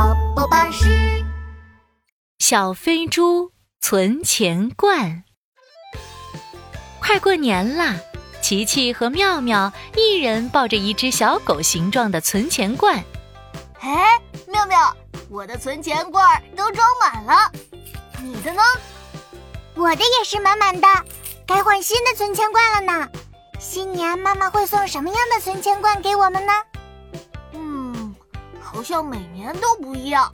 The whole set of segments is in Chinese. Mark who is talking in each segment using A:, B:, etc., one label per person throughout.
A: 老师，
B: 小飞猪存钱罐。快过年啦，琪琪和妙妙一人抱着一只小狗形状的存钱罐。
A: 哎，妙妙，我的存钱罐儿都装满了，你的呢？
C: 我的也是满满的，该换新的存钱罐了呢。新年妈妈会送什么样的存钱罐给我们呢？
A: 嗯，好像每年都不一样。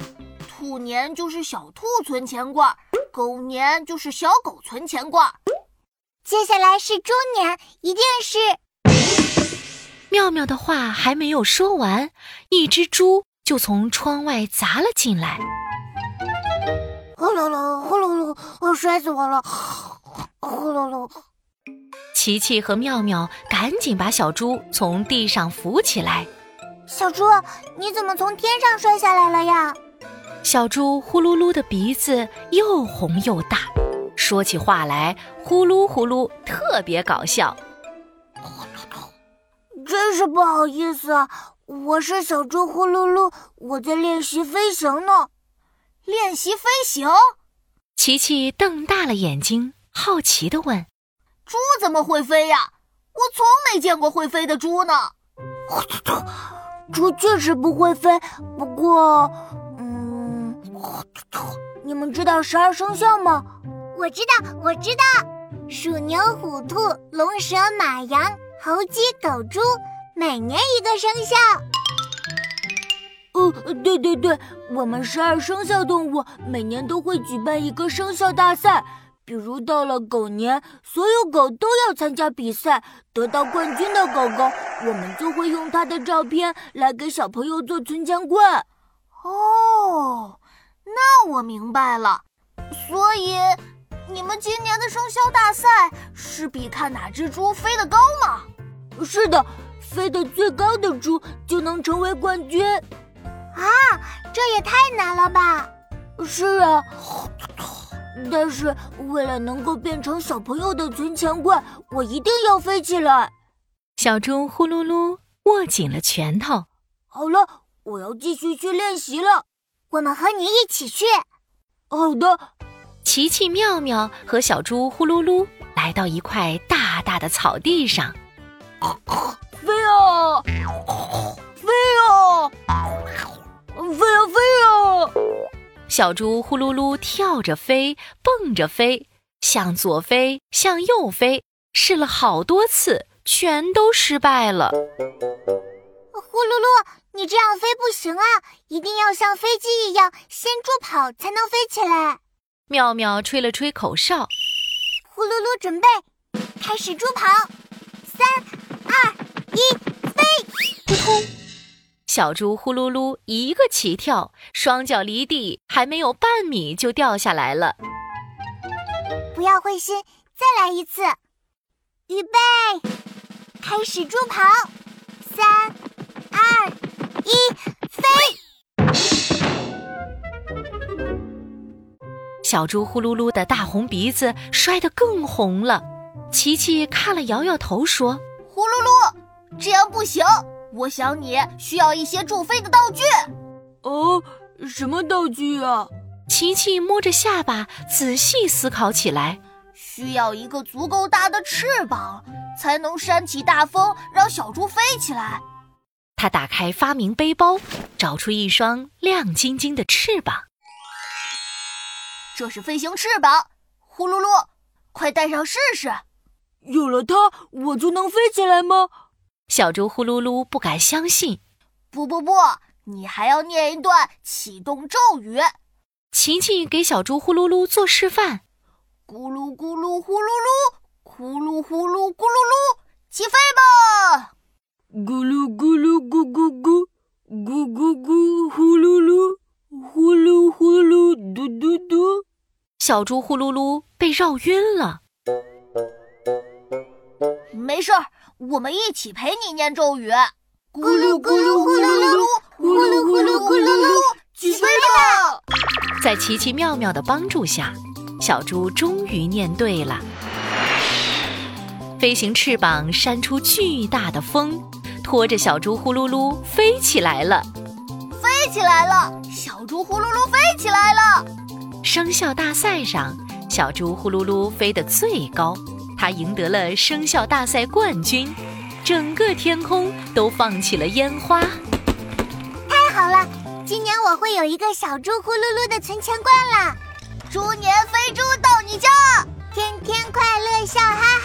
A: 兔年就是小兔存钱罐儿，狗年就是小狗存钱罐儿。
C: 接下来是猪年，一定是
B: 妙妙的话还没有说完，一只猪就从窗外砸了进来。
C: 呼噜噜，呼噜噜，我摔死我了！呼噜噜，
B: 琪琪和妙妙赶紧把小猪从地上扶起来。
C: 小猪，你怎么从天上摔下来了呀？
B: 小猪呼噜噜的鼻子又红又大，说起话来呼噜呼噜，特别搞笑。
C: 真是不好意思啊，我是小猪呼噜噜，我在练习飞行呢。
A: 练习飞行，
B: 琪琪瞪大了眼睛，好奇地问
A: 猪怎么会飞呀？我从没见过会飞的猪呢。
C: 猪确实不会飞，不过，嗯，你们知道十二生肖吗？我知道，我知道，鼠、牛、虎、兔、龙、蛇、马、羊、猴、鸡、狗、猪，每年一个生肖。呃，对对对，我们十二生肖动物每年都会举办一个生肖大赛，比如到了狗年，所有狗都要参加比赛，得到冠军的狗狗，我们就会用它的照片来给小朋友做存钱罐。
A: 哦，那我明白了。所以，你们今年的生肖大赛是比看哪只猪飞得高吗？
C: 是的，飞得最高的猪就能成为冠军。啊，这也太难了吧！是啊， 但是为了能够变成小朋友的存钱罐，我一定要飞起来。：“
B: 小猪呼噜噜握紧了拳头。”
C: 好了，我要继续去练习了。我们和你一起去。好的，
B: 琪琪、妙妙和小猪呼噜噜来到一块大大的草地上。
C: 飞啊，飞啊，飞啊飞啊！
B: 小猪呼噜噜跳着飞，蹦着飞，向左飞，向右飞，试了好多次，全都失败了。
C: 呼噜噜，你这样飞不行啊，一定要像飞机一样先助跑才能飞起来。
B: 妙妙吹了吹口哨，
C: 呼噜噜准备，开始助跑，三、二、一，飞！扑通！
B: 小猪呼噜噜一个起跳，双脚离地还没有半米就掉下来了。
C: 不要灰心，再来一次。预备，开始助跑，三、二、一，飞！
B: 小猪呼噜噜的大红鼻子摔得更红了。琪琪看了摇摇头说。
A: 呼噜噜，这样不行。我想你需要一些助飞的道具。
C: 哦，什么道具啊？
B: 琪琪摸着下巴，仔细思考起来。
A: 需要一个足够大的翅膀，才能扇起大风，让小猪飞起来。
B: 他打开发明背包，找出一双亮晶晶的翅膀。
A: 这是飞行翅膀。呼噜噜，快戴上试试。
C: 有了它，我就能飞起来吗？
B: 小猪呼噜噜不敢相信。
A: 不不不，你还要念一段启动咒语：
B: 琪琪给小猪呼噜噜做示范。
A: 咕噜咕噜呼噜噜，呼噜呼噜咕噜噜，起飞吧！
C: 咕噜咕噜咕咕咕，咕咕咕呼噜噜，呼噜呼噜嘟嘟嘟。
B: 小猪呼噜噜被绕晕了。
A: 没事儿，我们一起陪你念咒语。咕
C: 咕噜咕噜呼噜噜，
A: 咕噜咕噜咕噜噜，起飞吧！
B: 在琪琪妙妙的帮助下，小猪终于念对了。飞行翅膀扇出巨大的风，拖着小猪呼噜噜飞起来了。
A: 飞起来了，小猪呼噜噜飞起来了。
B: 生肖大赛上，小猪呼噜噜飞得最高，它赢得了生肖大赛冠军，整个天空都放起了烟花。
C: 太好了，今年我会有一个小猪呼噜噜的存钱罐啦！
A: 猪年飞猪到你家，
C: 天天快乐笑哈！